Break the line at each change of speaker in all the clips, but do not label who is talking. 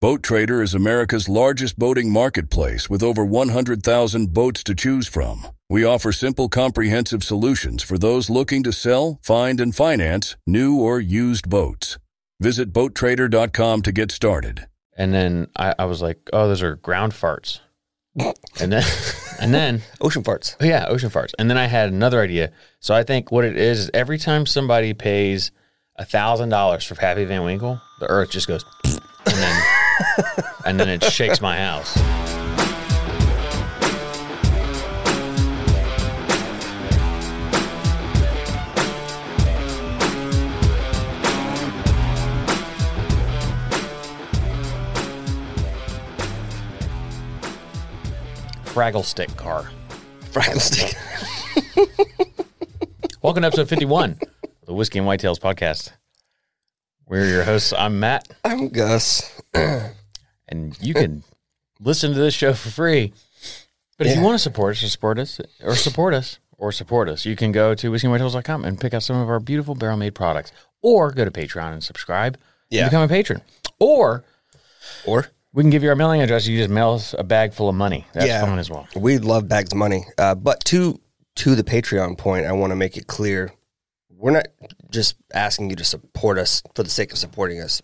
Boat Trader is America's largest boating marketplace with over 100,000 boats to choose from. We offer simple, comprehensive solutions for those looking to sell, find, and finance new or used boats. Visit boattrader.com to get started.
And then I, I was like, oh, those are ground farts. and then, and then,
Ocean farts.
oh, yeah, ocean farts. And then I had another idea. So I think what it is is every time somebody pays a thousand dollars for Pappy Van Winkle, the Earth just goes, and then, and then it shakes my house. Fraggle stick car.
Fraggle stick.
Welcome to episode 51 of the Whiskey and Whitetails podcast. We're your hosts. I'm Matt,
I'm Gus.
and you can listen to this show for free. But if you
Yeah.
want to support us, or support us, or support us, or support us, you can go to whiskeyandwhitetails.com and pick out some of our beautiful barrel made products, or go to Patreon and subscribe. and
Yeah.
become a patron, or
Or
we can give you our mailing address. You just mail us a bag full of money. That's
Yeah.
fun as well.
we love bags of money. Uh, but to to the Patreon point, I want to make it clear we're not just asking you to support us for the sake of supporting us.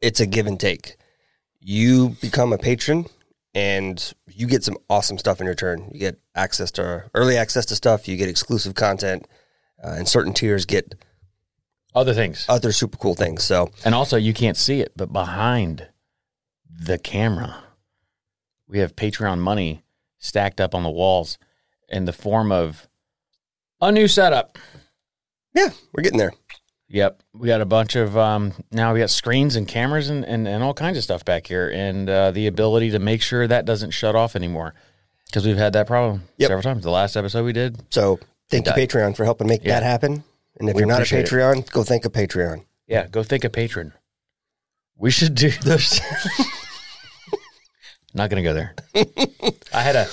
It's a give and take. You become a patron and you get some awesome stuff in return. You get access to early access to stuff, you get exclusive content, uh, and certain tiers get
Other things,
other super cool things. So,
and also you can't see it, but behind the camera, we have Patreon money stacked up on the walls in the form of a new setup.
yeah, we're getting there.
Yep. We got a bunch of um now we got screens and cameras and, and, and all kinds of stuff back here and uh, the ability to make sure that doesn't shut off anymore. Because we've had that problem
Yep.
several times. The last episode we did.
So, thank you,
Done.
Patreon, for helping make
Yeah.
that happen. And if
We
you're not a
appreciate it.
Patreon, go thank a Patreon.
Yeah, go think a patron. We should do this. Not gonna go there. I had a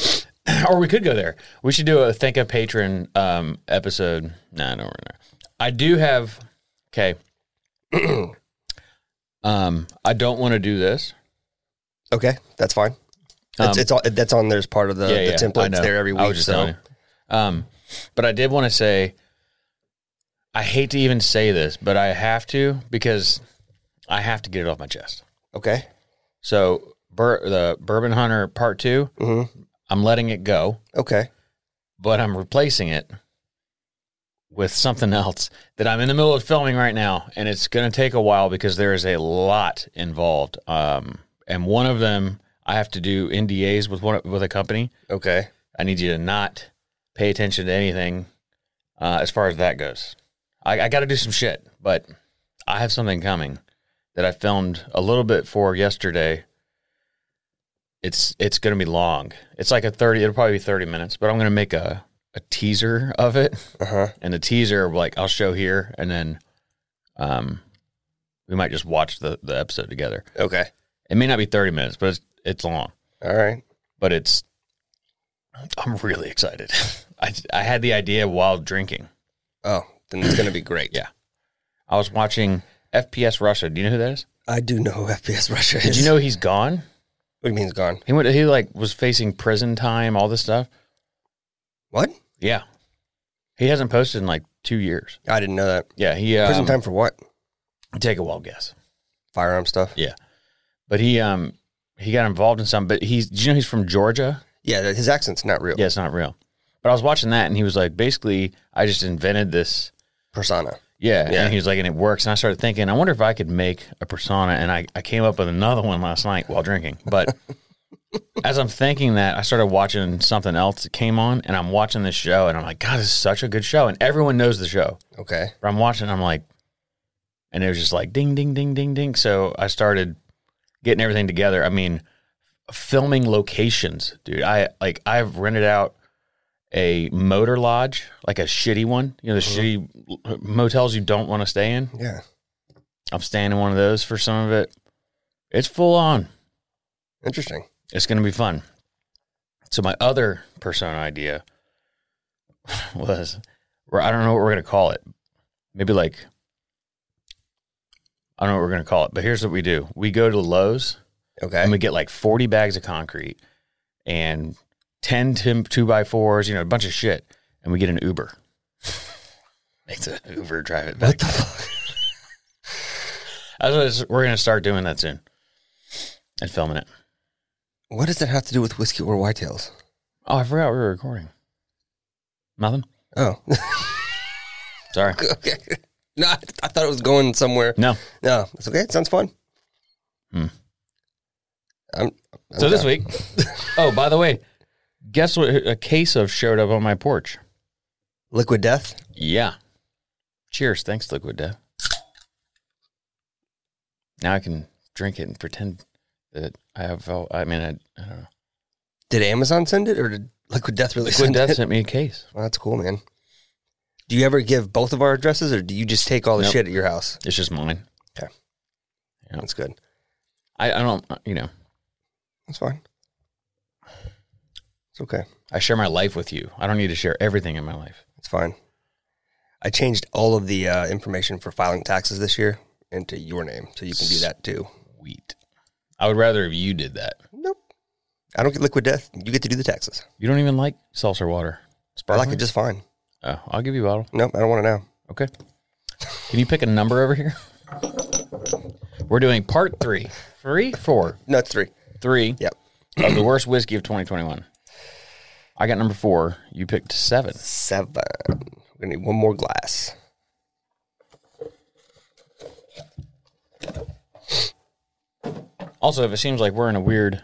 or we could go there. We should do a thank a patron um episode. No, no, we're not. I do have okay. um I don't want to do this.
Okay, that's fine. It's,
Um,
it's all, that's on there as part of the, the
I
templates
know.
there every
I was
week.
just
So
telling you. um, but I did want to say, I hate to even say this, but I have to because I have to get it off my chest.
okay,
So, Bur- the Bourbon Hunter Part 2
hmm
I'm letting it go,
okay,
but I'm replacing it with something else that I'm in the middle of filming right now, and it's going to take a while because there is a lot involved. Um, and one of them, I have to do NDAs with one with a company.
okay.
I need you to not pay attention to anything uh, as far as that goes. I, I got to do some shit, but I have something coming that I filmed a little bit for yesterday. It's it's going to be long. It's like a thirty. It'll probably be thirty minutes, but I'm going to make a a teaser of it,
Uh huh.
and the teaser like I'll show here, and then um, we might just watch the the episode together.
Okay.
It may not be thirty minutes, but it's it's long
All right.
but it's I'm really excited. I I had the idea while drinking.
Oh, then it's gonna be great.
Yeah. I was watching FPS Russia. Do you know who that is?
I do know who FPS Russia is.
Did you know he's gone?
what do you mean? It's gone.
He went he like was facing prison time, all this stuff.
What?
Yeah. He hasn't posted in like 2 years.
I didn't know that.
Yeah, he um,
Prison time for what?
take a wild guess.
Firearm stuff.
Yeah. But he um he got involved in some but he's do you know he's from Georgia?
Yeah, that- his accent's not real.
Yeah, it's not real. But I was watching that and he was like basically I just invented this
Persona.
Yeah,
Yeah.
And he was like, and it works. And I started thinking, I wonder if I could make a persona. And I, I came up with another one last night while drinking. But as I'm thinking that, I started watching something else that came on, and I'm watching this show, and I'm like, God, this is such a good show. And everyone knows the show.
Okay.
But I'm watching, and I'm like, and it was just like ding, ding, ding, ding, ding. So I started getting everything together. I mean, filming locations, dude. I like I've rented out a motor lodge, like a shitty one. You know, the shitty motels you don't want to stay in.
Yeah.
I'm staying in one of those for some of it. It's full on.
Interesting.
It's going to be fun. So my other persona idea was, or I don't know what we're going to call it. Maybe like, I don't know what we're going to call it. But here's what we do: we go to Lowe's
Okay.
and we get like 40 bags of concrete and 10 tim- two by fours, you know, a bunch of shit, and we get an Uber. It's an Uber drive it back.
what the fuck?
I was, we're going to start doing that soon and filming it.
What does that have to do with whiskey or whitetails?
Oh, I forgot we were recording. Nothing.
Oh,
Sorry.
okay. No, I, I thought it was going somewhere.
No.
No, it's okay. It sounds fun.
Hmm.
I'm, I'm
So this
down.
week, oh, by the way, guess what? A case of showed up on my porch.
liquid death.
Yeah. Cheers. Thanks, Liquid Death. Now I can drink it and pretend that I have. all- I mean, I, I don't know.
Did Amazon send it or did Liquid Death really
Liquid
send
Death
it?
sent me a case.
Well, that's cool, man. Do you ever give both of our addresses or do you just take all the
Nope.
shit at your house?
It's just mine. Nope.
That's good.
I, I don't. You know,
That's fine. It's okay.
I share my life with you. I don't need to share everything in my life.
It's fine. I changed all of the uh, information for filing taxes this year into your name, so you can do that too.
Wheat. I would rather if you did that.
Nope. I don't get liquid death. You get to do the taxes.
You don't even like seltzer water.
I like
Sparkling?
it just fine.
Oh, I'll give you a bottle.
Nope, I don't want to know.
Okay. Can you pick a number over here? We're doing part three, three, four,
No, it's three.
three
Yep.
of the worst whiskey of 2021. I got number four. You picked seven.
Seven. We're gonna need one more glass.
Also, if it seems like we're in a weird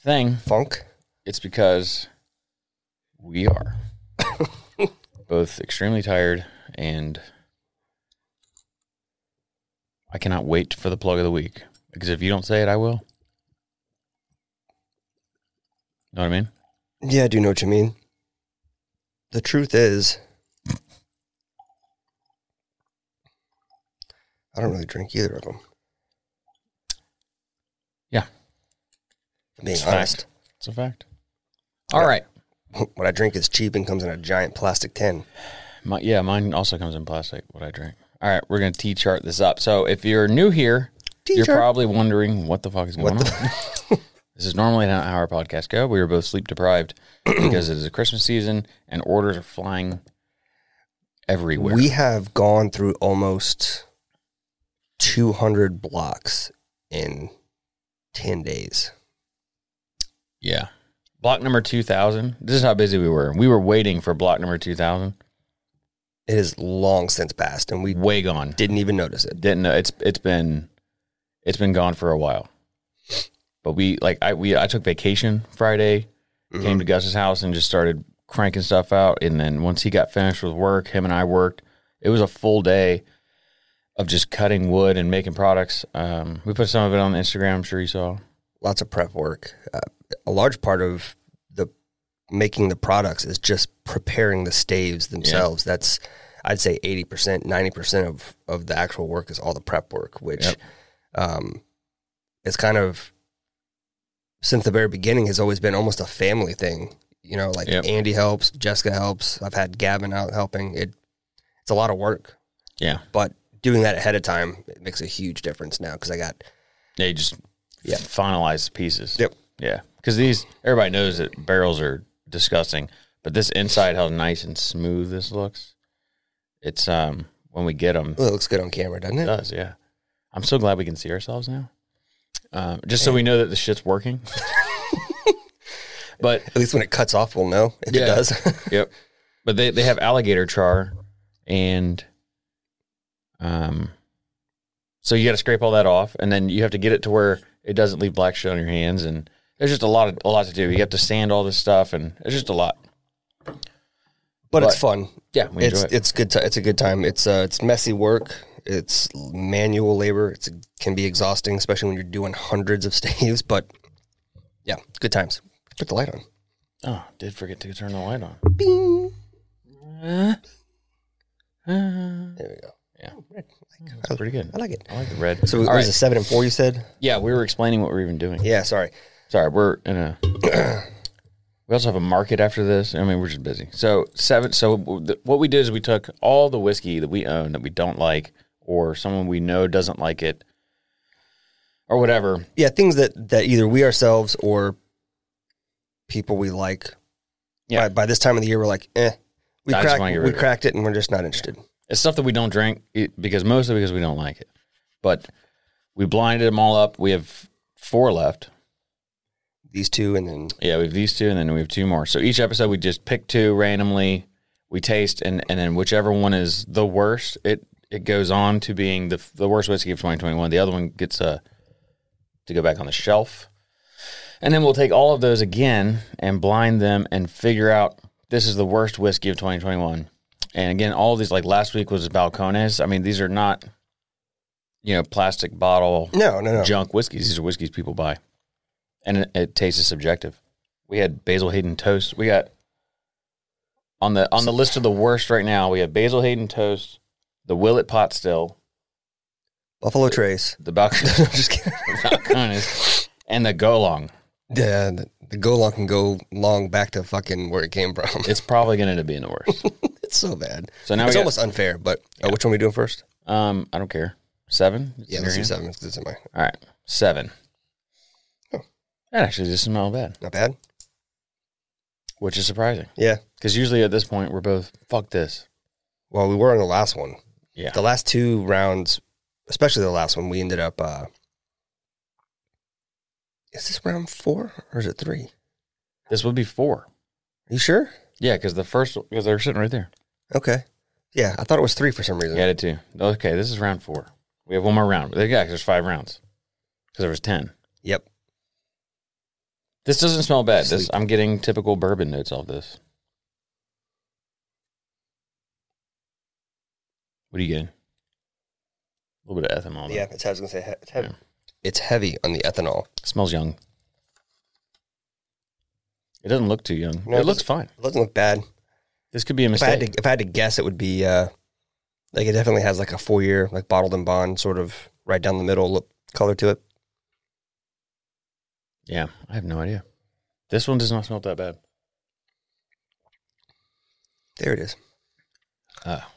thing,
Funk.
it's because we are both extremely tired and I cannot wait for the plug of the week because if you don't say it, I will. Know what I mean?
Yeah, I do know what you mean. The truth is, I don't really drink either of them.
Yeah.
Being
It's a
honest,
It's a fact. All
Yeah.
right.
what I drink is cheap and comes in a giant plastic tin.
My, yeah, mine also comes in plastic, what I drink. All right, we're going to T chart this up. So if you're new here, you're
T-chart.
probably wondering what the fuck is going
What the-
on. this is normally not how our podcast go. We were both sleep deprived because it is a Christmas season and orders are flying everywhere.
We have gone through almost 200 blocks in 10 days.
yeah. Block number 2000. This is how busy we were. We were waiting for block number 2000.
It is long since passed, and we
Way gone.
didn't even notice it.
Didn't know it's it's been it's been gone for a while. But we like I we I took vacation Friday. Mm-hmm. came to Gus's house and just started cranking stuff out. And then once he got finished with work, him and I worked. It was a full day of just cutting wood and making products. Um, we put some of it on Instagram. I'm sure you saw.
Lots of prep work. Uh, a large part of the making the products is just preparing the staves themselves. That's, I'd say, 80%, 90% of, of the actual work is all the prep work, which
Yep.
um, is kind of, since the very beginning, has always been almost a family thing. You know, like
Yep.
Andy helps, Jessica helps. I've had Gavin out helping. It, it's a lot of work.
Yeah.
but doing that ahead of time it makes a huge difference now because I got
They just
Yeah.
finalized the pieces.
Yep.
Yeah. Because these, everybody knows that barrels are disgusting, but this inside, how nice and smooth this looks. It's, um, when we get them,
well, "Oh, it looks good on camera, doesn't
It
it?
does, yeah. I'm so glad we can see ourselves now. Um, just so we know that the shit's working. but
At least when it cuts off, we'll know if
Yeah.
it does.
yep. But they, they have alligator char and um so you gotta scrape all that off and then you have to get it to where it doesn't leave black shit on your hands and there's just a lot of a lot to do. You have to sand all this stuff and it's just a lot.
but it's
But-
fun.
Yeah, we enjoy
it's
it.
it's good. T- it's a good time. It's uh, it's messy work. It's manual labor. It's, it can be exhausting, especially when you're doing hundreds of staves. But yeah, good times. Put the light on.
Oh, did forget to turn the light on.
Bing.
Uh,
There we go.
yeah, that's pretty good.
I like it.
I like the red.
So it
All
was a
right.
seven and four. You said?
yeah, we were explaining what we were even doing.
Yeah. Sorry.
Sorry, we're in a. we also have a market after this. I mean, we're just busy. So seven. So w- th- what we did is we took all the whiskey that we own that we don't like, or someone we know doesn't like it, or whatever.
Yeah, things that that either we ourselves or people we like.
Yeah.
By, by this time of the year, we're like, eh. We
I just
cracked,
wanna get rid
we
of it.
cracked it, and we're just not interested.
It's stuff that we don't drink it, because mostly because we don't like it. But we blinded them all up. We have four left.
These two, and then
Yeah, we have these two, and then we have two more. So each episode, we just pick two randomly. We taste, and and then whichever one is the worst, it it goes on to being the the worst whiskey of 2021. The other one gets uh, to go back on the shelf, and then we'll take all of those again and blind them and figure out this is the worst whiskey of 2021. And again, all of these like last week was Balcones. I mean, these are not you know plastic bottle
no, no, no.
junk whiskeys. These are whiskeys people buy, and it, it tastes is subjective. We had Basil Hayden toast. We got on the on the list of the worst right now. We have Basil Hayden toast, the Willet pot still,
Buffalo Trace.
the Balc-
I'm just kidding.
Balcones, and the Golong.
Yeah, the, the go long can go long back to fucking where it came from.
It's probably going to end up being the worst.
It's so bad.
So now
it's
we got-
almost unfair. But uh, which one we doing first?
Um, I don't care. Seven. It's
Yeah,
in
let's
your hand?
do seven. 'cause It's in my
All right, seven.
Oh.
That actually doesn't smell bad,
not bad.
which is surprising
Yeah.
because usually at this point we're both fuck this.
Well, we were on the last one.
Yeah.
The last two rounds, especially the last one, we ended up. uh Is this round four or is it three?
This would be four.
Are you sure?
Yeah, because the first because they're sitting right there.
Okay. Yeah, I thought it was three for some reason.
You added two. Okay, this is round four. We have one more round. Yeah, 'cause there's five rounds. Because there was ten.
Yep.
This doesn't smell bad. This
Sleep.
I'm getting typical bourbon notes off this. What are you getting? A little bit of ethanol. though.
Yeah, that's how I was gonna say. he- It's heavy.
Yeah.
It's heavy on the ethanol.
smells young. It doesn't look too young.
No,
it
it
looks
doesn't.
fine.
It doesn't look bad.
This could be a
If I had to,
mistake.
if I had to guess, it would be uh like it definitely has like a four year like bottled and bond sort of right down the middle look color to it.
Yeah, I have no idea. This one does not smell that bad.
There it is.
Ah.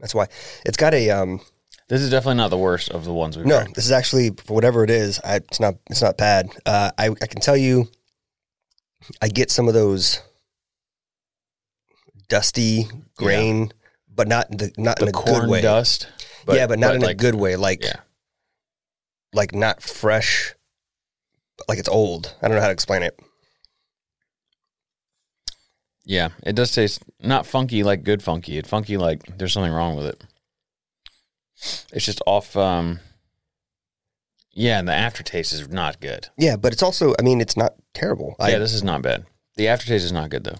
That's why it's got a um.
This is definitely not the worst of the ones we've
No,
tried.
this is actually for whatever it is. I, it's not. It's not bad. Uh, I I can tell you, I get some of those dusty grain, but not in the not in
The
a
corn
good way.
dust.
yeah, but not in a
like-
good way. Like
Yeah.
like not fresh. but Like it's old. I don't know how to explain it.
Yeah, it does taste not funky like good funky. It funky like there's something wrong with it. It's just off. um Yeah, and the aftertaste is not good.
Yeah, but it's also. I mean, it's not terrible. I,
yeah, this is not bad. The aftertaste is not good though.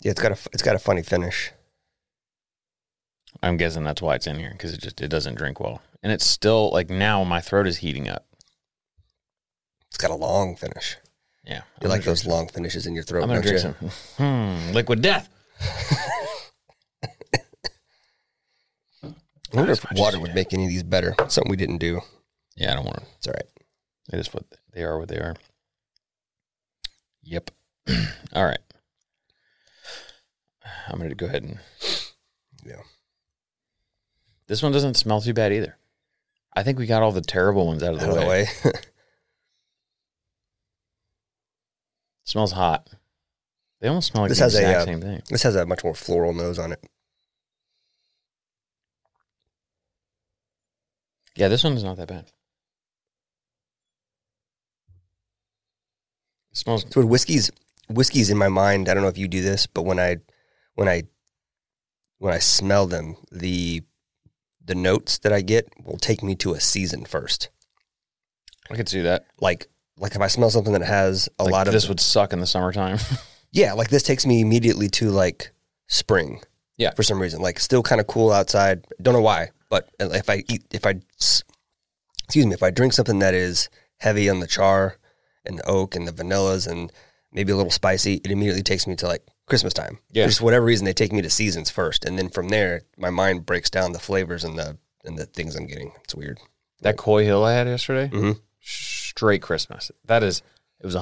yeah, it's got a. It's got a funny finish.
I'm guessing that's why it's in here because it just it doesn't drink well, and it's still like now my throat is heating up.
It's got a long finish.
Yeah, I'm
You
gonna
like
drink
those long finishes in your
some.
throat?
I'm gonna
don't
drink
you?
some. Hmm, liquid death.
I wonder
Not as
if
much
water
as you
would
do.
make any of these better. Something we didn't do.
Yeah, I don't want to.
It's all right.
It is what they are. What they are. Yep. All right. I'm gonna go ahead and.
Yeah.
This one doesn't smell too bad either. I think we got all the terrible ones out of the,
Out of
way.
the way.
smells hot. They almost smell like
This
the
has a,
exact
uh,
same thing.
this has a much more floral nose on it.
Yeah, this one is not that bad. It smells.
So when whiskey's whiskey's in my mind. I don't know if you do this, but when I when I when I smell them, the the notes that I get will take me to a season first.
I could see that.
Like like if I smell something that has a
Like,
lot of
this would suck in the summertime.
yeah, like this takes me immediately to like spring.
Yeah.
For some reason, like still kind of cool outside. Don't know why, but if I eat, if I, s- excuse me, if I drink something that is heavy on the char and the oak and the vanillas and maybe a little spicy, it immediately takes me to like Christmas time.
Yeah.
For just whatever reason, they take me to seasons first, and then from there, my mind breaks down the flavors and the and the things I'm getting. It's weird.
That Coy Hill I had yesterday,
Mhm.
straight Christmas. That is, it was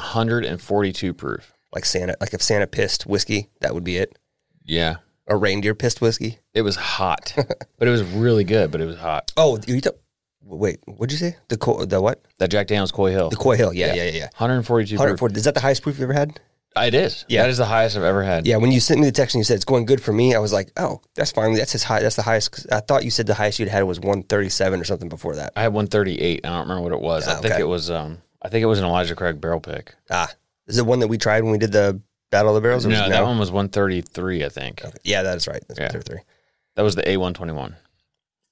142 proof.
Like Santa, like if Santa pissed whiskey, that would be it.
Yeah.
Or reindeer pissed whiskey.
It was hot, but it was really good, but it was hot.
Oh, you t- wait, what'd you say? The co- the what?
That Jack Daniels Coy Hill.
The Coy Hill. Yeah, yeah, yeah, yeah.
142 proof. Ah,
140. Is that the highest proof you've ever had?
It is.
Yeah.
That is the highest I've ever had.
Yeah. When you sent me the text and you said it's going good for me, I was like, oh, that's finally that's his high. That's the highest. 'cause I thought you said the highest you'd had was 137 or something before that.
I had 138. I don't remember what it was. I
Ah,
think
okay.
it was um I think it was an Elijah Craig barrel pick.
Ah, is it one that we tried when we did the Battle of the Barrels?
No,
Or was it-
that one was 133, I think.
Okay. Yeah, that is right. That's
Yeah.
133.
That was the A121.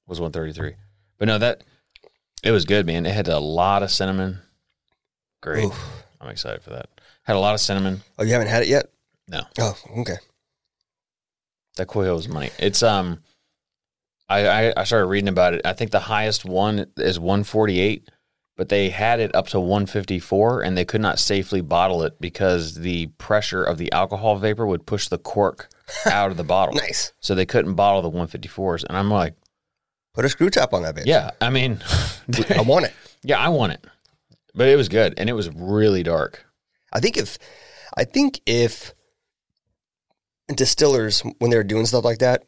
Was 133. But no, that it was good, man. It had a lot of cinnamon. Great.
Oof.
I'm excited for that. Had a lot of cinnamon.
Oh, you haven't had it yet?
No.
Oh, okay.
That Coy Hill was money. It's um I, I I started reading about it. I think the highest one is 148, but they had it up to 154 and they could not safely bottle it because the pressure of the alcohol vapor would push the cork out of the bottle.
Nice.
So they couldn't bottle the 154s and I'm like,
Put a screw top on that bitch.
yeah, I mean
I want it.
yeah, I want it. But it was good and it was really dark.
I think if, I think if distillers when they're doing stuff like that,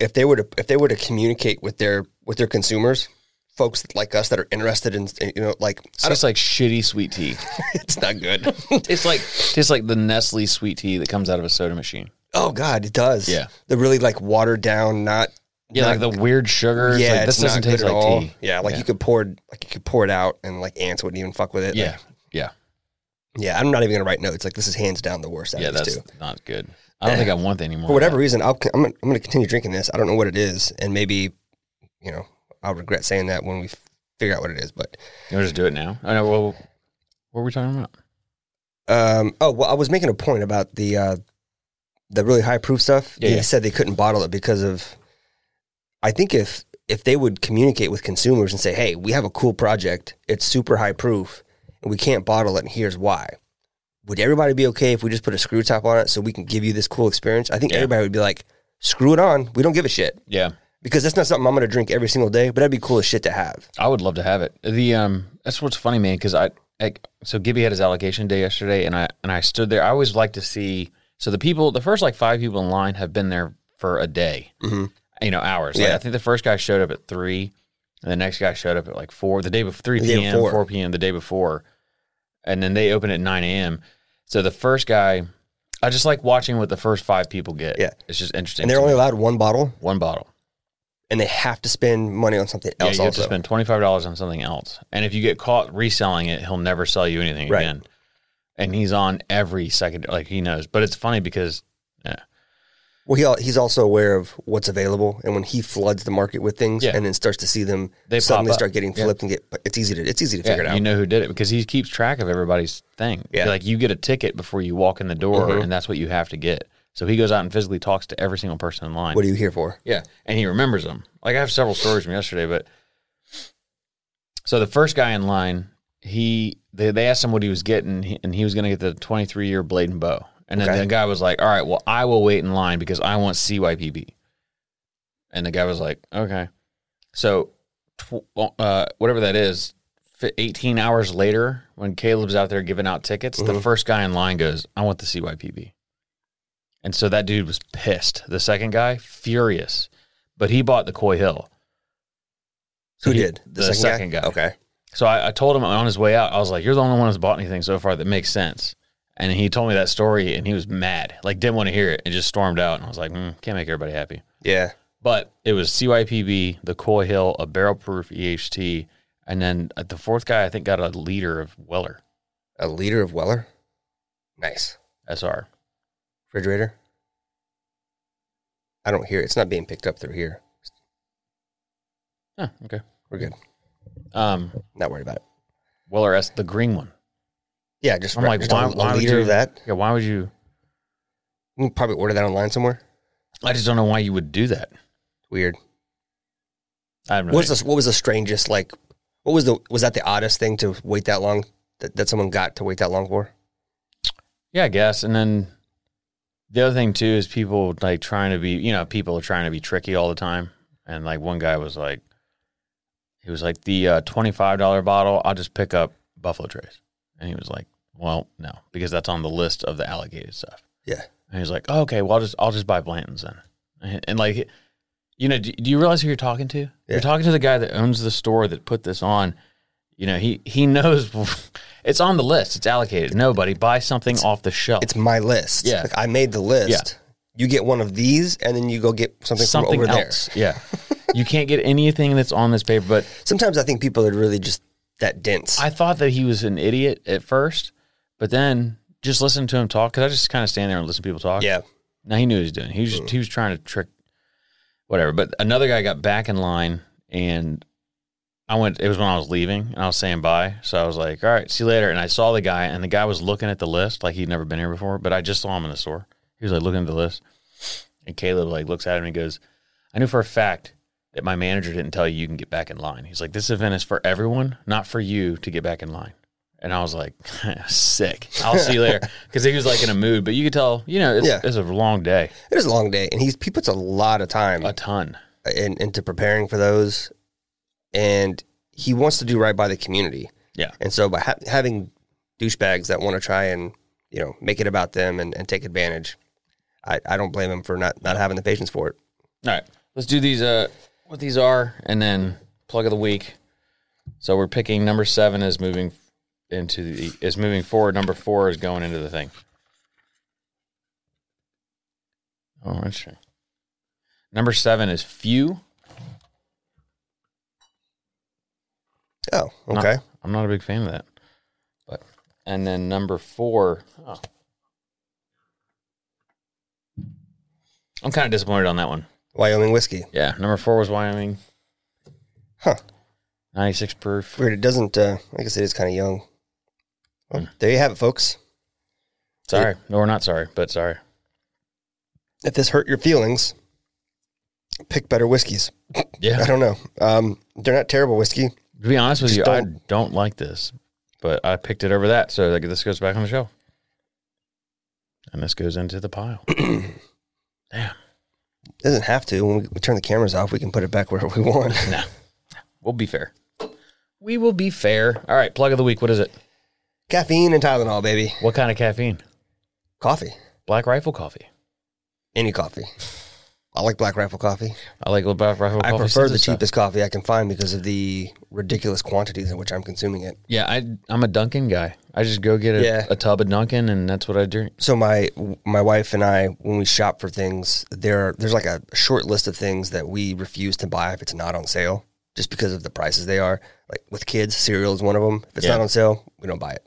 if they were to if they were to communicate with their with their consumers, folks like us that are interested in you know like
It's just like shitty sweet tea.
it's not good.
It's like tastes like the Nestle sweet tea that comes out of a soda machine.
oh God, it does.
Yeah.
the really like watered down, not
Yeah, like the weird sugar. It's
yeah,
like, this
it's
doesn't
not
taste
good
like
at all.
tea.
Yeah, like
Yeah.
you could pour it- like you could pour it out and like ants wouldn't even fuck with it.
Yeah,
Like,
yeah,
yeah. I'm not even gonna write notes. Like this is hands down the worst. out of
yeah.
these
That's
two.
not good. I don't think I want that anymore.
for whatever reason, I'll, I'm gonna, I'm going to continue drinking this. I don't know what it is, and maybe, you know, I'll regret saying that when we f- figure out what it is. But
you want to just do it now? I know. Well, what were we talking about?
um, oh well, I was making a point about the uh, the really high proof stuff.
Yeah,
They
yeah.
said they couldn't bottle it because of. I think if if they would communicate with consumers and say, "Hey, we have a cool project. It's super high proof, and we can't bottle it, and here's why." Would everybody be okay if we just put a screw top on it so we can give you this cool experience? I think
Yeah.
everybody would be like, "Screw it on. We don't give a shit."
Yeah,
because that's not something I'm going to drink every single day, but that'd be cool as shit to have.
I would love to have it. The um, that's what's funny, man. Because I, I, so Gibby had his allocation day yesterday, and I and I stood there. I always like to see. So the people, the first like five people in line have been there for a day.
Mhm.
You know, hours. Like,
Yeah.
I think the first guy showed up at three, and the next guy showed up at like four. The day before three
The day
p.m.,
before.
four p.m. The day before, and then they open at nine a.m. So the first guy, I just like watching what the first five people get.
Yeah.
it's just interesting.
And they're
to
only
me.
allowed one bottle,
one bottle.
and they have to spend money on something
Yeah,
else.
you have
also,
to spend twenty five dollars on something else, and if you get caught reselling it, he'll never sell you anything
Right.
again. And he's on every second, like he knows. But it's funny because
well, he, al- he's also aware of what's available, and when he floods the market with things,
Yeah.
and then starts to see them,
They pop
suddenly
up.
start getting
Yeah.
flipped and get. But it's easy to it's easy to
yeah,
figure it
you
out.
know who did it because he keeps track of everybody's thing.
Yeah.
like you get a ticket before you walk in the door,
Mhm.
and that's what you have to get. So he goes out and physically talks to every single person in line.
What are you here for?
Yeah, and he remembers them. Like I have several stories from yesterday, but so the first guy in line, he they, they asked him what he was getting, he- and he was going to get the twenty three year blade and bow. And then
Okay.
the guy was like, "All right, well, I will wait in line because I want CYPB." And the guy was like, "Okay." So, tw- uh, whatever that is, fi- eighteen hours later, when Caleb's out there giving out tickets, the
Mhm.
first guy in line goes, "I want the CYPB." And so that dude was pissed. The second guy, furious, but he bought the Coy Hill.
Who
He-
did
the second guy.
Okay,
So I, I told him on his way out, I was like, "You're the only one that's bought anything so far that makes sense." And he told me that story, and he was mad, like didn't want to hear it, and just stormed out. And I was like, mm, "Can't make everybody happy."
yeah,
But it was CYPB, the Coy Hill, a barrel proof EHT, and then uh, the fourth guy I think got a liter of Weller
a liter of Weller, nice
SR.
refrigerator. I don't hear it's not being picked up through here.
Oh, okay.
We're good.
Um,
Not worried about it.
Weller S, the green one.
Yeah, just,
I'm like,
just
why,
a,
why
a
would
liter
you
of that.
Yeah, why would you?
You can probably order that online somewhere.
I just don't know why you would do that.
Weird.
I have no
What was
idea.
the what was the strangest like? What was the was that the oddest thing to wait that long that, that someone got to wait that long for?
Yeah, I guess. And then the other thing too is people like trying to be, you know, people are trying to be tricky all the time. And like one guy was like, he was like the uh, twenty five dollar bottle. I'll just pick up Buffalo Trace. And he was like, well, no, because that's on the list of the allocated stuff.
Yeah.
And he's like, oh, okay, well, I'll just I'll just buy Blanton's then. And, and like, you know, do, do you realize who you're talking to?
Yeah.
You're talking to the guy that owns the store that put this on. You know, he he knows it's on the list. It's allocated. Nobody buy something off the shelf.
It's my list.
Yeah.
Like I made the list.
Yeah.
You get one of these and then you go get something, from over there.
Yeah. you can't get anything that's on this paper. But
Sometimes I think people are really just that dense.
I thought that he was an idiot at first, but then just listen to him talk. Cause I just kind of stand there and listen to people talk.
yeah.
Now he knew what he was doing. He was just, he was trying to trick, whatever. But another guy got back in line, and I went. It was when I was leaving, and I was saying bye. So I was like, "All right, see you later." And I saw the guy, and the guy was looking at the list like he'd never been here before. But I just saw him in the store. He was like looking at the list, and Caleb like looks at him and he goes, "I knew for a fact." That my manager didn't tell you you can get back in line. He's like, this event is for everyone, not for you to get back in line. And I was like, sick. I'll see you later. Because he was like in a mood, but you could tell, you know, it's,
Yeah.
it's a long day,
It is a long day and he's he puts a lot of time
a ton.
in, into preparing for those and he wants to do right by the community.
Yeah.
And so by ha- having douchebags that want to try and, you know, make it about them and, and take advantage, I, I don't blame him for not, not having the patience for it.
All right, let's do these. Uh, what these are, and then plug of the week. So we're picking number seven is moving into the is moving forward. Number four is going into the thing. Oh, interesting. Number seven is few.
Oh,
Not-
okay.
I'm not a big fan of that. But and then number four. oh. I'm kind of disappointed on that one.
Wyoming whiskey.
Yeah, number four was Wyoming.
Huh.
96 proof.
Weird. It doesn't, uh, I guess it is kind of young.
Mm.
Well, There you have it, folks.
Sorry. No, we're not sorry, but sorry.
If this hurt your feelings, pick better whiskeys. I
Yeah.
don't know. Um, they're not terrible whiskey.
To be honest with
Just
you, I
don't-
don't like this, but I picked it over that. So like, this goes back on the shelf. And this goes into the pile.
It doesn't have to. When we, we turn the cameras off, we can put it back wherever we want.
nah. We'll be fair. We will be fair. All right. Plug of the week. What is it?
Caffeine and Tylenol, baby.
What kind of caffeine?
Coffee.
Black Rifle Coffee.
Any coffee. I like Black Rifle coffee.
I like little Black Rifle
I
Coffee.
prefer the
since it's, uh,
cheapest coffee I can find because of the ridiculous quantities in which I'm consuming it.
Yeah, I, I'm a Dunkin' guy. I just go get a,
Yeah.
a tub of Dunkin' and that's what I drink.
So my my wife and I, when we shop for things, there there's like a short list of things that we refuse to buy if it's not on sale, just because of the prices they are. Like with kids, cereal is one of them. If it's
Yeah.
not on sale, we don't buy it.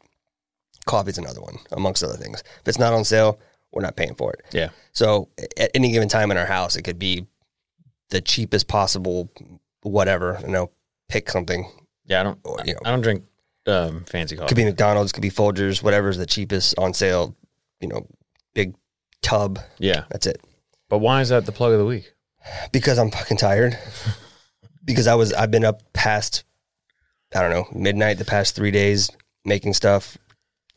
Coffee's another one, amongst other things. If it's not on sale, we're not paying for it.
Yeah.
So at any given time in our house, it could be the cheapest possible, whatever. You know, pick something.
Yeah, I don't.
Or, you know.
I don't drink um, fancy coffee.
Could be McDonald's, could be Folgers, whatever's the cheapest on sale. You know, big tub.
yeah,
That's it.
but why is that the plug of the week?
because I'm fucking tired. because I was I've been up past I don't know midnight the past three days making stuff,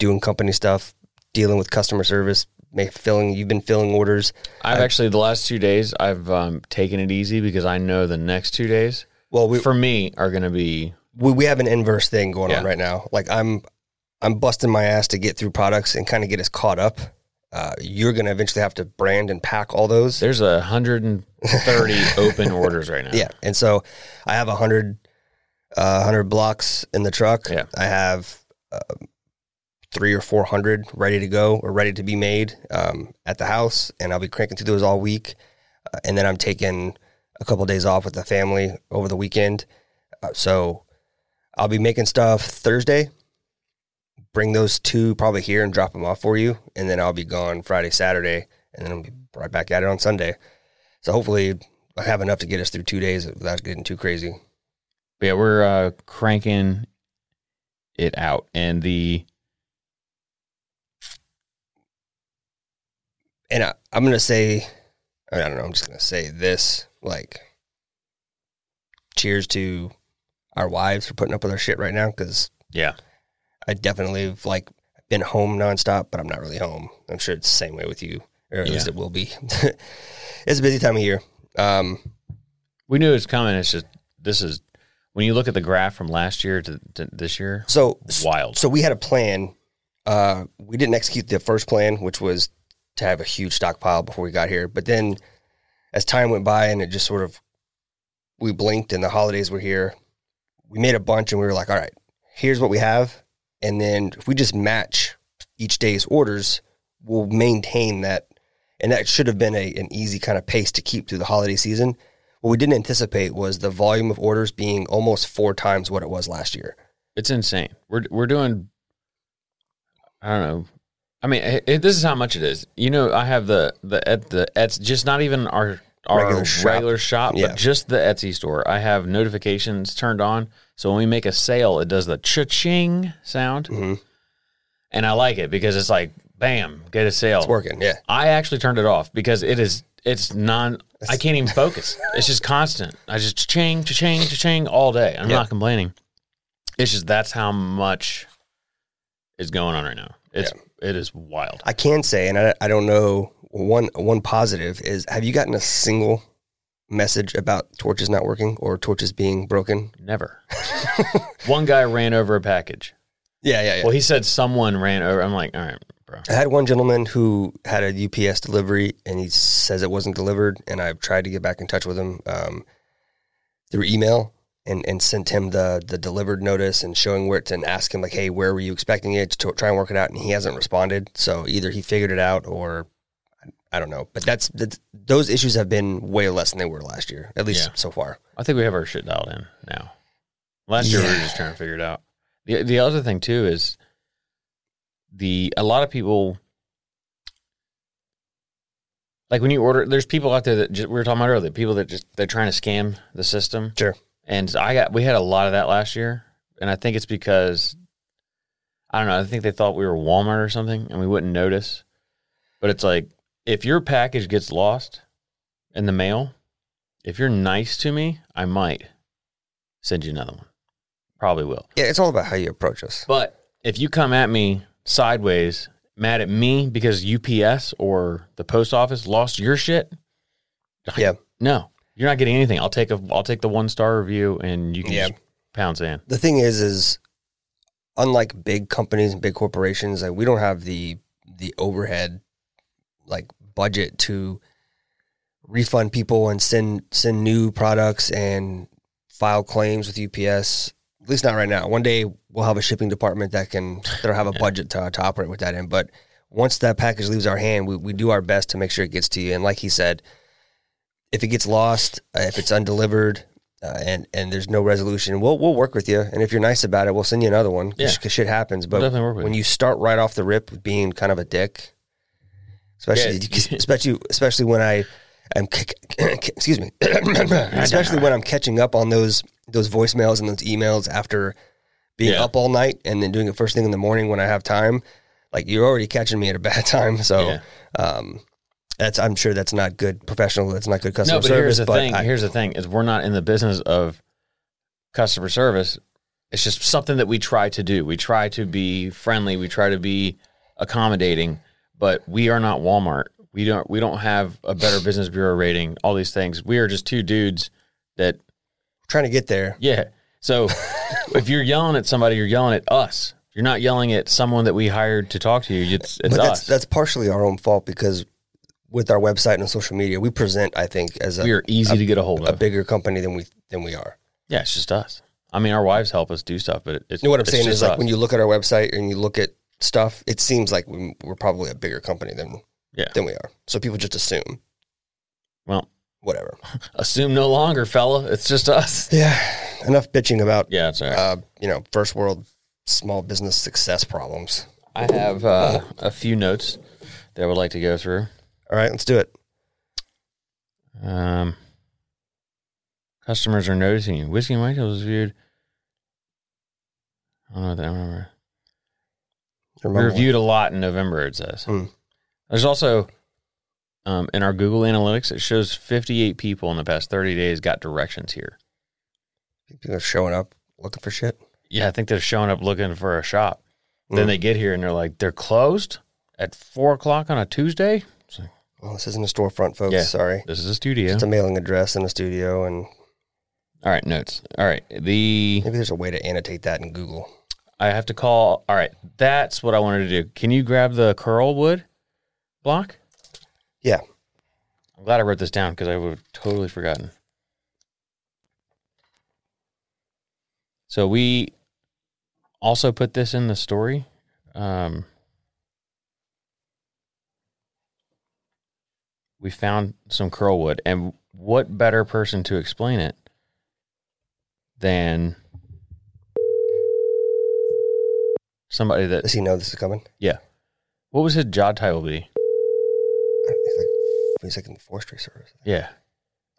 doing company stuff, dealing with customer service, make, filling. You've been filling orders.
I've actually the last two days I've um, taken it easy because I know the next two days
Well, we
for me are going to be
we, we have an inverse thing going on
Yeah.
right now. Like I'm I'm busting my ass to get through products and kind of get us caught up. Uh, you're gonna eventually have to brand and pack all those.
there's a hundred and thirty open orders right now.
Yeah, and so I have a hundred, uh, hundred blocks in the truck.
Yeah.
I have uh, three or four hundred ready to go or ready to be made um, at the house, and I'll be cranking through those all week. Uh, and then I'm taking a couple days off with the family over the weekend, uh, so I'll be making stuff Thursday. Bring those two probably here and drop them off for you, and then I'll be gone Friday, Saturday, and then I'll be right back at it on Sunday. So hopefully I have enough to get us through two days without getting too crazy.
But yeah, we're uh, cranking it out, and the
And I, I'm going to say I, mean, I don't know. I'm just gonna say this. Like, cheers to our wives for putting up with our shit right now. Because
Yeah.
I definitely have like been home nonstop, but I'm not really home. I'm sure it's the same way with you, or at least it will be. it's a busy time of year. Um,
We knew it was coming. It's just this is when you look at the graph from last year to, to this year,
so
wild.
So we had a plan. Uh, we didn't execute the first plan, which was to have a huge stockpile before we got here. But then, as time went by, and it just sort of we blinked, and the holidays were here. We made a bunch, and we were like, "All right, here's what we have," and then if we just match each day's orders, we'll maintain that. And that should have been a, an easy kind of pace to keep through the holiday season. What we didn't anticipate was the volume of orders being almost four times what it was last year.
It's insane. We're we're doing. I don't know. I mean, it, it- this is how much it is. You know, I have the the at the Etsy, just not even our our
Regular
regular
shop.
shop,
Yeah.
but just the Etsy store. I have notifications turned on, so when we make a sale, it does the cha-ching sound,
Mhm.
and I like it because it's like, bam, get a sale.
It's working, yeah.
I actually turned it off because it is it's non. I can't even focus. it's just constant. I just ching, ching, ching all day. I'm
Yeah.
not complaining. It's just that's how much is going on right now. It's it is wild.
I can say, and I, I don't know one one positive is: have you gotten a single message about torches not working or torches being broken?
Never. One guy ran over a package.
Yeah, yeah, yeah.
Well, he said someone ran over. I'm like, all right, bro.
I had one gentleman who had a UPS delivery, and he says it wasn't delivered. And I've tried to get back in touch with him um, through email and, and sent him the the delivered notice and showing where it's and ask him like, hey, where were you expecting it? To try and work it out, and he hasn't responded. So either he figured it out or I don't know. But that's, that's those issues have been way less than they were last year, at least
Yeah.
so far.
I think we have our shit dialed in now. Last year we were
Yeah.
just trying to figure it out. The the other thing too is the a lot of people like when you order there's people out there that just, we were talking about earlier, people that just they're trying to scam the system.
Sure.
And I got we had a lot of that last year and I think it's because I don't know, I think they thought we were Walmart or something and we wouldn't notice. But it's like if your package gets lost in the mail, if you're nice to me, I might send you another one. Probably will.
Yeah, it's all about how you approach us.
But if you come at me sideways, mad at me because UPS or the post office lost your shit,
Yeah.
no, you're not getting anything. I'll take a I'll take the one star review and you can
Yeah.
just pound sand.
the thing is is unlike big companies and big corporations like we don't have the the overhead like budget to refund people and send send new products and file claims with UPS at least not right now one day we'll have a shipping department that can that'll have a budget to, to operate with that in but once that package leaves our hand we, we do our best to make sure it gets to you and like he said if it gets lost uh, if it's undelivered uh, and and there's no resolution, we'll we'll work with you. And if you're nice about it, we'll send you another one
Yeah.
because shit happens. But
We'll definitely work with
when
you.
you start right off the rip with being kind of a dick, especially
Yeah.
especially especially when I am c- c- excuse me, especially when I'm catching up on those those voicemails and those emails after being
Yeah.
up all night and then doing it first thing in the morning when I have time. Like you're already catching me at a bad time, so um, that's I'm sure that's not good professional. That's not good customer
no, but
service.
here's the
but
thing.
I-
here's the thing is we're not in the business of customer service. It's just something that we try to do. We try to be friendly. We try to be accommodating, but we are not Walmart. We don't we don't have a better business bureau rating, all these things. We are just two dudes that
trying to get there.
yeah. So if you're yelling at somebody, you're yelling at us. You're not yelling at someone that we hired to talk to you. It's it's
but
us.
that's that's partially our own fault because with our website and social media, we present, I think, as
we
a,
are easy to get a hold
a
of.
bigger company than we than we are.
yeah, it's just us. I mean, our wives help us do stuff, but it- it's
You know what I'm
it's
saying is
just
like
us.
when you look at our website and you look at stuff, it seems like we- we're probably a bigger company than
Yeah.
than we are. So people just assume
well,
whatever.
assume no longer, fella. It's just us.
Yeah, enough bitching about
Yeah, it's all right.
uh, you know first world small business success problems.
I have uh, a few notes that I would like to go through.
All right, let's do it.
Um, customers are noticing you. Whiskey and Whitetail was viewed. I don't know what that I remember.
Remember
We
when-
reviewed a lot in November, it says.
Hmm.
There's also um, in our Google Analytics, it shows 58 people in the past 30 days got directions here.
People are showing up looking for shit. Hmm.
Yeah, I think they're showing up looking for a shop. Then they get here and they're like, they're closed at four o'clock on a Tuesday. It's like,
Well, this isn't a storefront, folks.
Yeah.
Oh, Sorry.
this is a studio.
It's a mailing address in a studio, and
All right, notes. All right, the
maybe there's a way to annotate that in Google.
I have to call. All right, that's what I wanted to do. Can you grab the curl wood block?
Yeah.
I'm glad I wrote this down because I would have totally forgotten. So we also put this in the story. Um, we found some curl wood, and what better person to explain it than somebody that
Does he know this is coming?
yeah. What was his job title be?
He's like, he's like in the forestry service.
Yeah.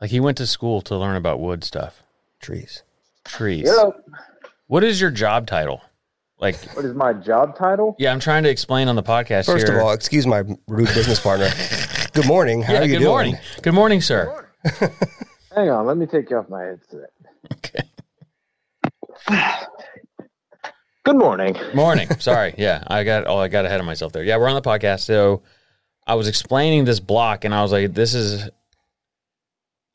Like he went to school to learn about wood stuff,
Trees.
trees.
Yo,
What is your job title? Like,
what is my job title?
yeah, I'm trying to explain on the podcast.
First
here.
of all, excuse my rude business partner. good morning. How
yeah,
are you
good
doing?
morning. Good morning, sir.
Hang on, let me take you off my headset.
Okay.
Good morning.
Morning. Sorry. Yeah, I got oh, I got ahead of myself there. Yeah, we're on the podcast. So I was explaining this block, and I was like, "This is."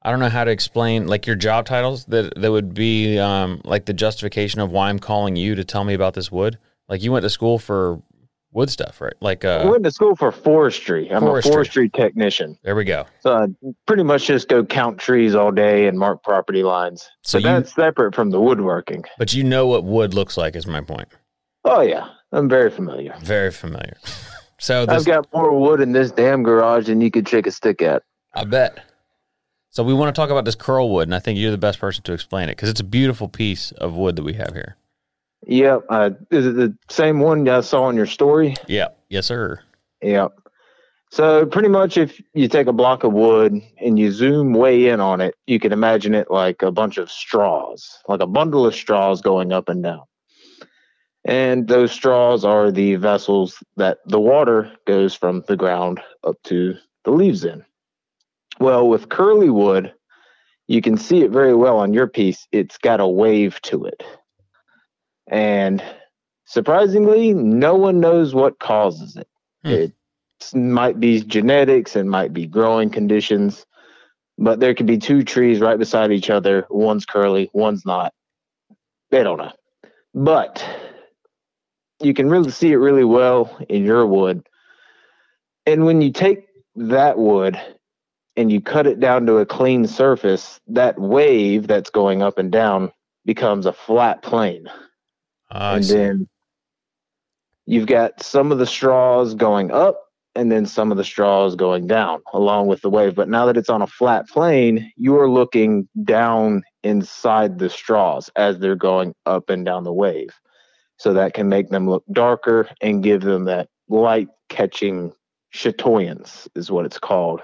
I don't know how to explain like your job titles that that would be um, like the justification of why I'm calling you to tell me about this wood. Like you went to school for wood stuff, right? Like
I
uh,
went to school for forestry. I'm
Forestry.
a forestry technician.
there we go.
So I pretty much just go count trees all day and mark property lines.
So
So
you-
that's separate from the woodworking.
But you know what wood looks like is my point.
Oh yeah, I'm very familiar.
Very familiar. So
I've
this,
got more wood in this damn garage than you could shake a stick at.
I bet. So we want to talk about this curl wood, and I think you're the best person to explain it because it's a beautiful piece of wood that we have here.
Yep. Uh, is it the same one I saw in your story?
Yeah. Yes, sir.
Yep. So pretty much, if you take a block of wood and you zoom way in on it, you can imagine it like a bunch of straws, like a bundle of straws going up and down. And those straws are the vessels that the water goes from the ground up to the leaves in. Well, with curly wood, you can see it very well on your piece. It's got a wave to it. And surprisingly, no one knows what causes it.
Hmm.
It might be genetics and might be growing conditions, but there could be two trees right beside each other. One's curly, one's not. They don't know. But you can really see it really well in your wood. And when you take that wood and you cut it down to a clean surface, that wave that's going up and down becomes a flat plane.
Uh,
and then you've got some of the straws going up and then some of the straws going down along with the wave. But now that it's on a flat plane, you're looking down inside the straws as they're going up and down the wave. So that can make them look darker and give them that light catching chatoyance, is what it's called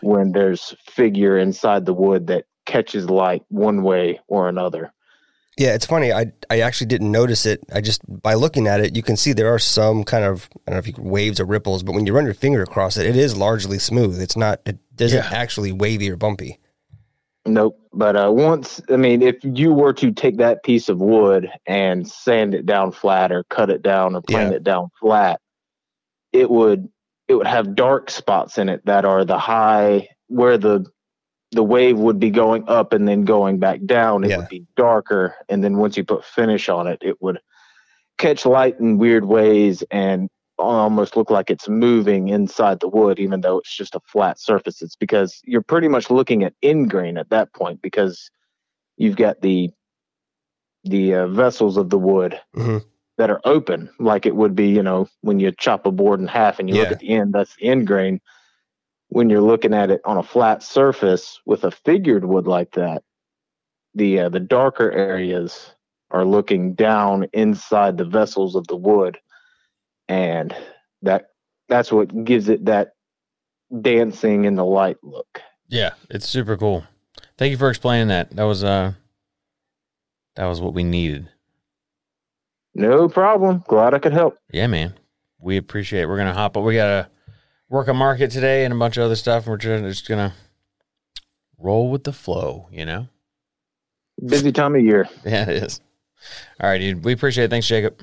when there's figure inside the wood that catches light one way or another.
Yeah, it's funny. I I actually didn't notice it. I just by looking at it, you can see there are some kind of I don't know if you waves or ripples, but when you run your finger across it, it is largely smooth. It's not. It isn't
Yeah.
actually wavy or bumpy.
Nope. But uh, once, I mean, if you were to take that piece of wood and sand it down flat, or cut it down, or plane
Yeah.
it down flat, it would it would have dark spots in it that are the high where the the wave would be going up and then going back down. It
Yeah.
would be darker, and then once you put finish on it, it would catch light in weird ways and almost look like it's moving inside the wood, even though it's just a flat surface. It's because you're pretty much looking at ingrain at that point because you've got the the uh, vessels of the wood
Mm-hmm.
Mhm.
that are open, like it would be, you know, when you chop a board in half and you look
Yeah.
at the end. That's the end grain. When you're looking at it on a flat surface with a figured wood like that, the uh, the darker areas are looking down inside the vessels of the wood and that that's what gives it that dancing in the light look.
yeah, it's super cool. Thank you for explaining that. That was uh, that was what we needed.
No problem. Glad I could help.
Yeah, man. We appreciate. it. We're gonna hop. We gotta. work a market today and a bunch of other stuff. And we're ju- just gonna roll with the flow, you know.
Busy time of year.
Yeah, it is. All right, dude. We appreciate it. Thanks, Jacob.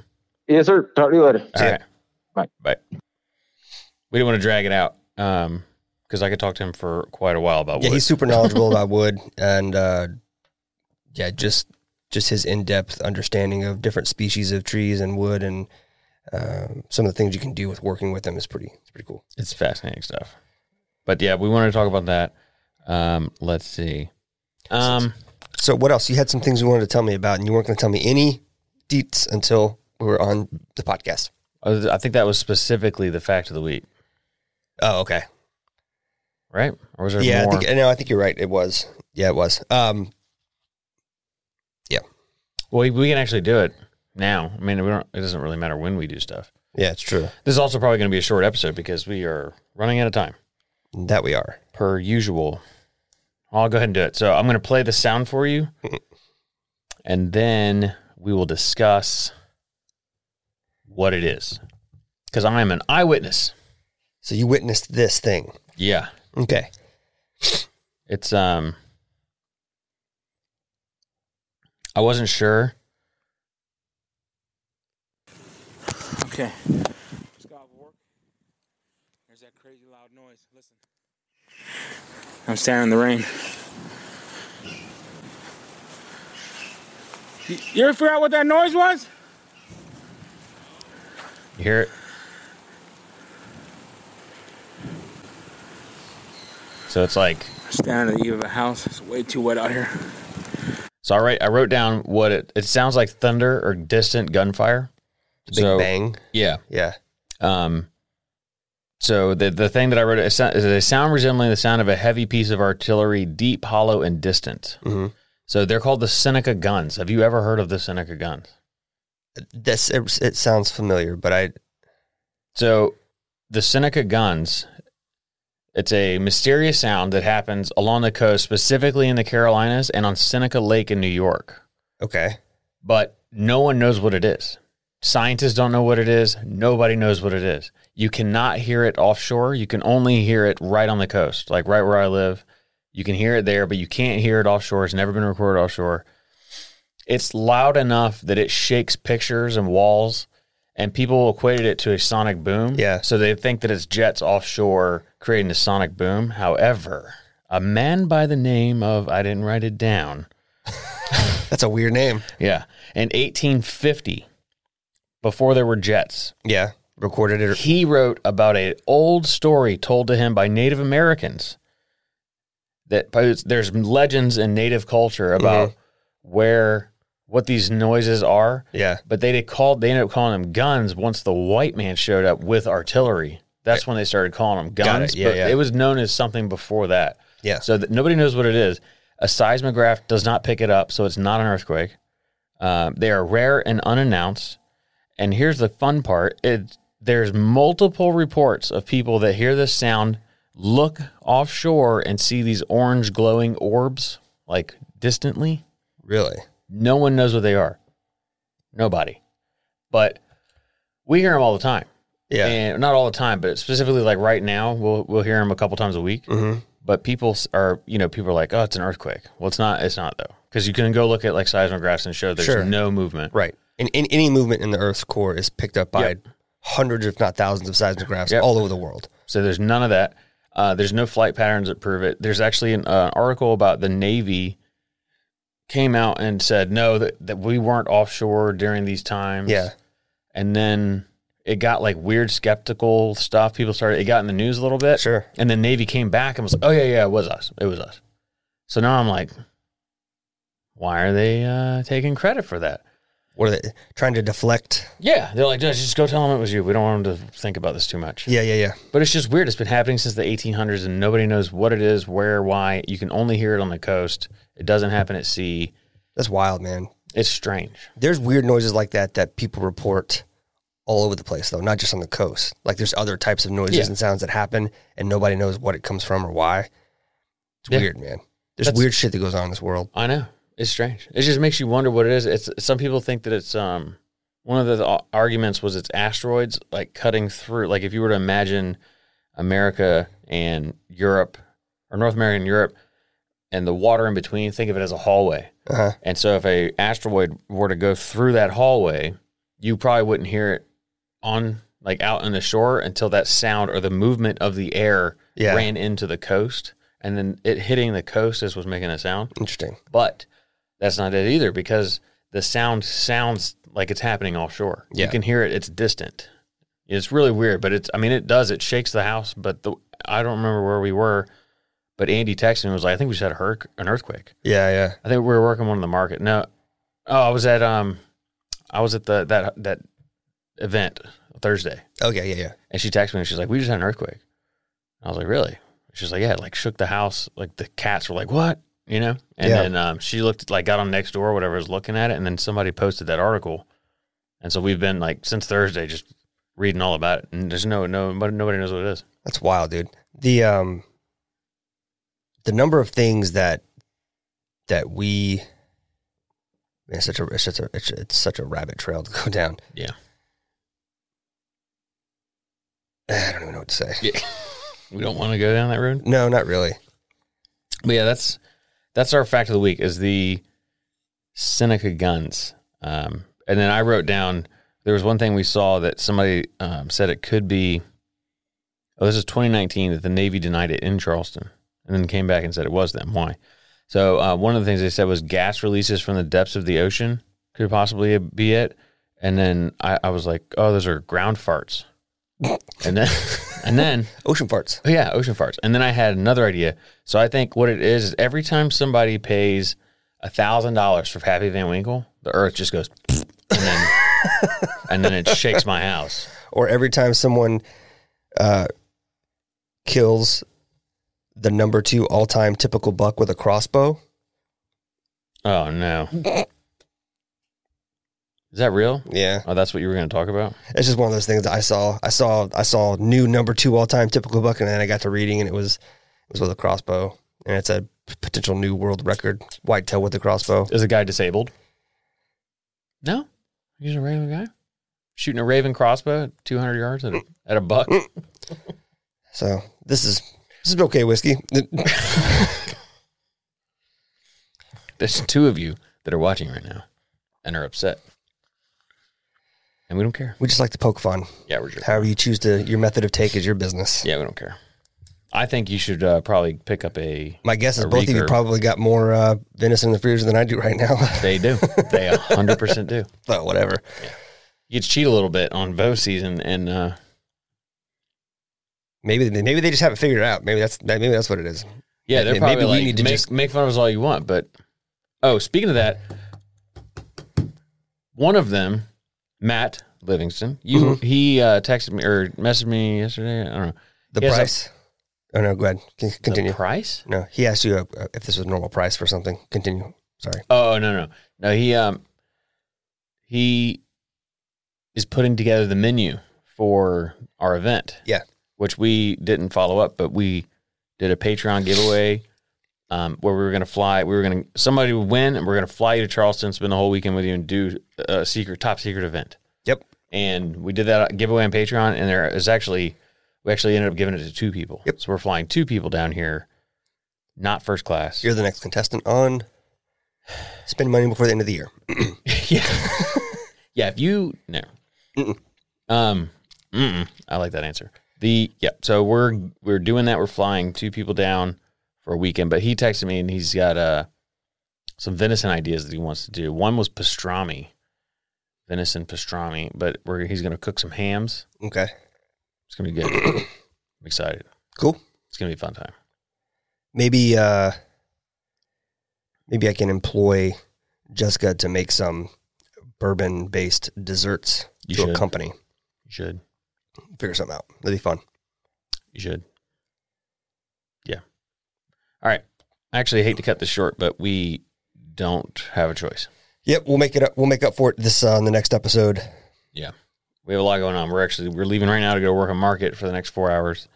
Yes, sir. Talk to you later.
All right.
Bye.
Bye. We didn't want to drag it out um, because I could talk to him for quite a while about
Yeah,
wood.
he's super knowledgeable about wood, and uh, yeah, just just his in depth understanding of different species of trees and wood, and um, some of the things you can do with working with them is pretty it's pretty cool.
It's fascinating stuff. But yeah, we wanted to talk about that. Um, let's see. Um,
So, what else? You had some things you wanted to tell me about, and you weren't going to tell me any deets until we were on the podcast.
I think that was specifically the fact of the week,
Oh, okay.
right? Or was there
yeah,
more?
I think no, I think you're right. It was. Yeah, it was. Um,
well, we, we can actually do it now. I mean, we don't. It doesn't really matter when we do stuff.
yeah, it's true.
This is also probably going to be a short episode because we are running out of time.
That we are.
per usual. I'll go ahead and do it. So I'm going to play the sound for you, and then we will discuss what it is because I am an eyewitness.
So you witnessed this thing.
Yeah,
Okay.
it's um, I wasn't sure.
Okay. Scott Wark. There's that crazy loud noise. Listen. I'm standing in the rain. You, you ever figure out what that noise was?
You hear it? So it's like
I'm standing on the eve of a house. It's way too wet out here.
so. I write. I wrote down what it. It sounds like thunder or distant gunfire.
Big bang.
Yeah.
Yeah.
Um, so the the thing that I wrote it sou- is a sound resembling the sound of a heavy piece of artillery, deep, hollow, and distant.
Mhm.
So they're called the Seneca guns. Have you ever heard of the Seneca guns?
This it, it sounds familiar, but I
So the Seneca guns, it's a mysterious sound that happens along the coast, specifically in the Carolinas and on Seneca Lake in New York.
okay.
but no one knows what it is. Scientists don't know what it is. Nobody knows what it is. You cannot hear it offshore. You can only hear it right on the coast, like right where I live. You can hear it there, but you can't hear it offshore. It's never been recorded offshore. It's loud enough that it shakes pictures and walls, and people equated it to a sonic boom.
Yeah.
So they think that it's jets offshore creating a sonic boom. However, a man by the name of, I didn't write it down,
That's a weird name.
yeah. In 1850, before there were jets,
Yeah. Recorded it.
he wrote about an old story told to him by Native Americans that pos- there's legends in Native culture about
Mm-hmm.
where what these noises are.
Yeah.
But they did called they ended up calling them guns once the white man showed up with artillery. That's when they started calling them
Got it.
guns.
Yeah,
but
yeah.
it was known as something before that.
Yeah.
So that nobody knows what it is. A seismograph does not pick it up, so it's not an earthquake. Um, they are rare and unannounced. And here's the fun part: it there's multiple reports of people that hear this sound, look offshore, and see these orange glowing orbs like distantly.
Really?
No one knows what they are. Nobody. But we hear them all the time.
Yeah.
And not all the time, but specifically like right now, we'll we'll hear them a couple times a week.
Mhm.
But people s- are, you know, people are like, "Oh, it's an earthquake." Well, it's not. It's not though, because you can go look at like seismographs and show there's
Sure.
no movement.
Right. And, and any movement in the Earth's core is picked up by
Yep.
hundreds, if not thousands, of seismographs
Yep.
all over the world.
So there's none of that. Uh, there's no flight patterns that prove it. There's actually an uh, article about the Navy came out and said no that, that we weren't offshore during these times.
Yeah.
and then it got like weird skeptical stuff. People started it got in the news a little bit.
Sure.
And then Navy came back and was like, "Oh yeah, yeah, it was us. It was us." So now I'm like, why are they uh, taking credit for that?
What are they trying to deflect?
Yeah, they're like, just just go tell them it was you. We don't want them to think about this too much.
Yeah. Yeah. Yeah.
But it's just weird. It's been happening since the 1800s, and nobody knows what it is, where, why. You can only hear it on the coast. It doesn't happen at sea.
That's wild, man.
It's strange.
There's weird noises like that that people report all over the place, though, not just on the coast. Like there's other types of noises
Yeah.
and sounds that happen, and nobody knows what it comes from or why. It's
Yeah.
weird, man. There's
That's-
weird shit that goes on in this world.
I know. It's strange. It just makes you wonder what it is. It's some people think that it's um one of the ar- arguments was it's asteroids like cutting through. Like if you were to imagine America and Europe, or North America and Europe, and the water in between. Think of it as a hallway.
Uh-huh.
And so, if a asteroid were to go through that hallway, you probably wouldn't hear it on like out on the shore until that sound or the movement of the air
Yeah.
ran into the coast, and then it hitting the coast is what's making a sound.
Interesting.
But that's not it either because the sound sounds like it's happening offshore.
Yeah.
You can hear it, it's distant. It's really weird, but it's I mean it does. It shakes the house, but the I don't remember where we were, but Andy texted me and was like, I think we just had a hurric- an earthquake.
Yeah, yeah.
I think we were working one in the market. No. Oh, I was at um I was at the that that event Thursday.
Okay, yeah, yeah.
And she texted me and she's like, We just had an earthquake. I was like, Really? She's like, Yeah, it, like shook the house. Like the cats were like, What? You know? And
Yeah.
then um, she looked like got on next door, whatever was looking at it, and then somebody posted that article. And so we've been like since Thursday just reading all about it. And there's no no nobody nobody knows what it is.
That's wild, dude. The um the number of things that that we man, it's such a it's such a it's, it's such a rabbit trail to go down.
Yeah.
I don't even know what to say.
We don't want to go down that road.
No, not really.
But yeah, that's that's our fact of the week is the Seneca guns. Um, and then I wrote down there was one thing we saw that somebody um, said it could be. Oh, this is 2019 that the Navy denied it in Charleston, and then came back and said it was them. Why? So uh, one of the things they said was gas releases from the depths of the ocean could possibly be it. And then I, I was like, oh, those are ground farts. and then, and then
Ocean farts.
Oh, yeah, ocean farts. And then I had another idea. So I think what it is is every time somebody pays a thousand dollars for Happy Van Winkle, the Earth just goes, and then and then it shakes my house.
Or every time someone uh kills the number two all time typical buck with a crossbow.
Oh no, is that real?
Yeah.
Oh, that's what you were going to talk about.
It's just one of those things that I saw. I saw. I saw new number two all time typical buck, and then I got to reading, and it was it was with a crossbow, and it's a potential new world record whitetail with a crossbow.
Is the guy disabled? No, he's a raven guy shooting a raven crossbow at 200 yards at a, at a buck.
So this is this is okay whiskey.
There's two of you that are watching right now and are upset, and we don't care.
We just like to poke fun.
Yeah, we're just
However you choose to your method of take is your business.
yeah, we don't care. I think you should uh, probably pick up a.
My guess is
A
both of you
recurve.
probably got more uh, venison in the freezer than I do right now.
They do. They a hundred percent do.
but whatever.
You could cheat a little bit on bow season, and uh,
Maybe maybe they just haven't figured it out. Maybe that's that, maybe that's what it is.
yeah, they're
Maybe
probably
we
like
need to
make
just-
make fun of us all you want. But oh, speaking of that, one of them, Matt Livingston, you
Mm-hmm.
he uh, texted me or messaged me yesterday. I don't know
The
Here's a-
price. oh no, go ahead. Con- Continue.
the price.
No, he asked you uh, if this was normal price for something. Continue. Sorry.
Oh no no no he um he is putting together the menu for our event.
Yeah.
which we didn't follow up, but we did a Patreon giveaway um, where we were going to fly. We were going to somebody would win, and we're going to fly you to Charleston, spend the whole weekend with you, and do a secret top secret event.
Yep.
And we did that giveaway on Patreon, and there is actually we actually ended up giving it to two people.
Yep.
So we're flying two people down here, not first class.
You're the next contestant on Spend Money Before the End of the Year.
yeah. yeah, if you no.
Mm-mm.
Um mm-mm. I like that answer. The yeah, so we're we're doing that. We're flying two people down for a weekend, but he texted me and he's got uh some venison ideas that he wants to do. One was pastrami. Venison pastrami, but we're, he's going to cook some hams.
Okay.
It's going to be good. I'm excited.
Cool.
It's going to be a fun time.
Maybe uh maybe I can employ Jessica to make some bourbon based desserts
You
to
should.
a company.
You should.
Figure something out. That'd be fun.
You should. Yeah. All right. I actually hate to cut this short, but we don't have a choice.
Yep, we'll make it up we'll make up for it this uh, on the next episode.
We have a lot going on. We're actually we're leaving right now to go work on market for the next four hours,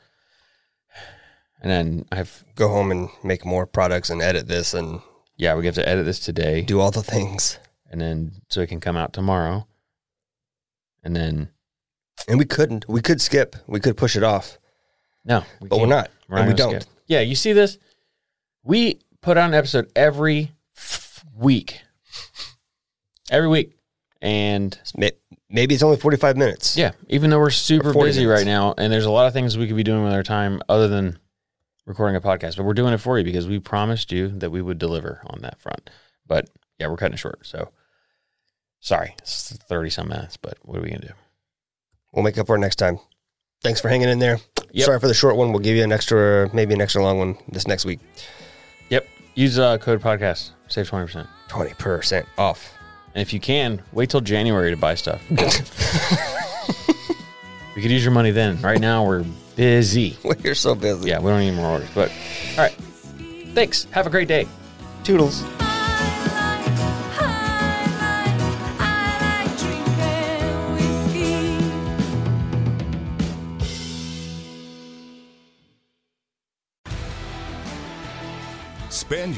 and then I have
Go home and make more products and edit this and
yeah we have to edit this today,
do all the things.
and then so it can come out tomorrow, and then
And we couldn't. We could skip. We could push it off.
No,
but we're
can't.
not.
We're
and we
gonna
don't.
skip. Yeah, you see this? We put on an episode every f- week. Every week. And
May- Maybe it's only 45 minutes.
yeah, even though we're super
40
busy
minutes.
right now and there's a lot of things we could be doing with our time other than recording a podcast, but we're doing it for you because we promised you that we would deliver on that front. But yeah, we're cutting it short. So sorry, it's 30 some minutes, but what are we going to do?
We'll make up for it next time. Thanks for hanging in there.
Yep.
Sorry for the short one. We'll give you an extra, maybe an extra long one this next week.
Yep. Use uh, code podcast, save 20%.
20% off.
And if you can, wait till January to buy stuff. we could use your money then. Right now, we're busy.
You're so busy.
Yeah, we don't need more orders. But all right. Thanks. Have a great day.
Toodles.
I like drinking whiskey.
Spend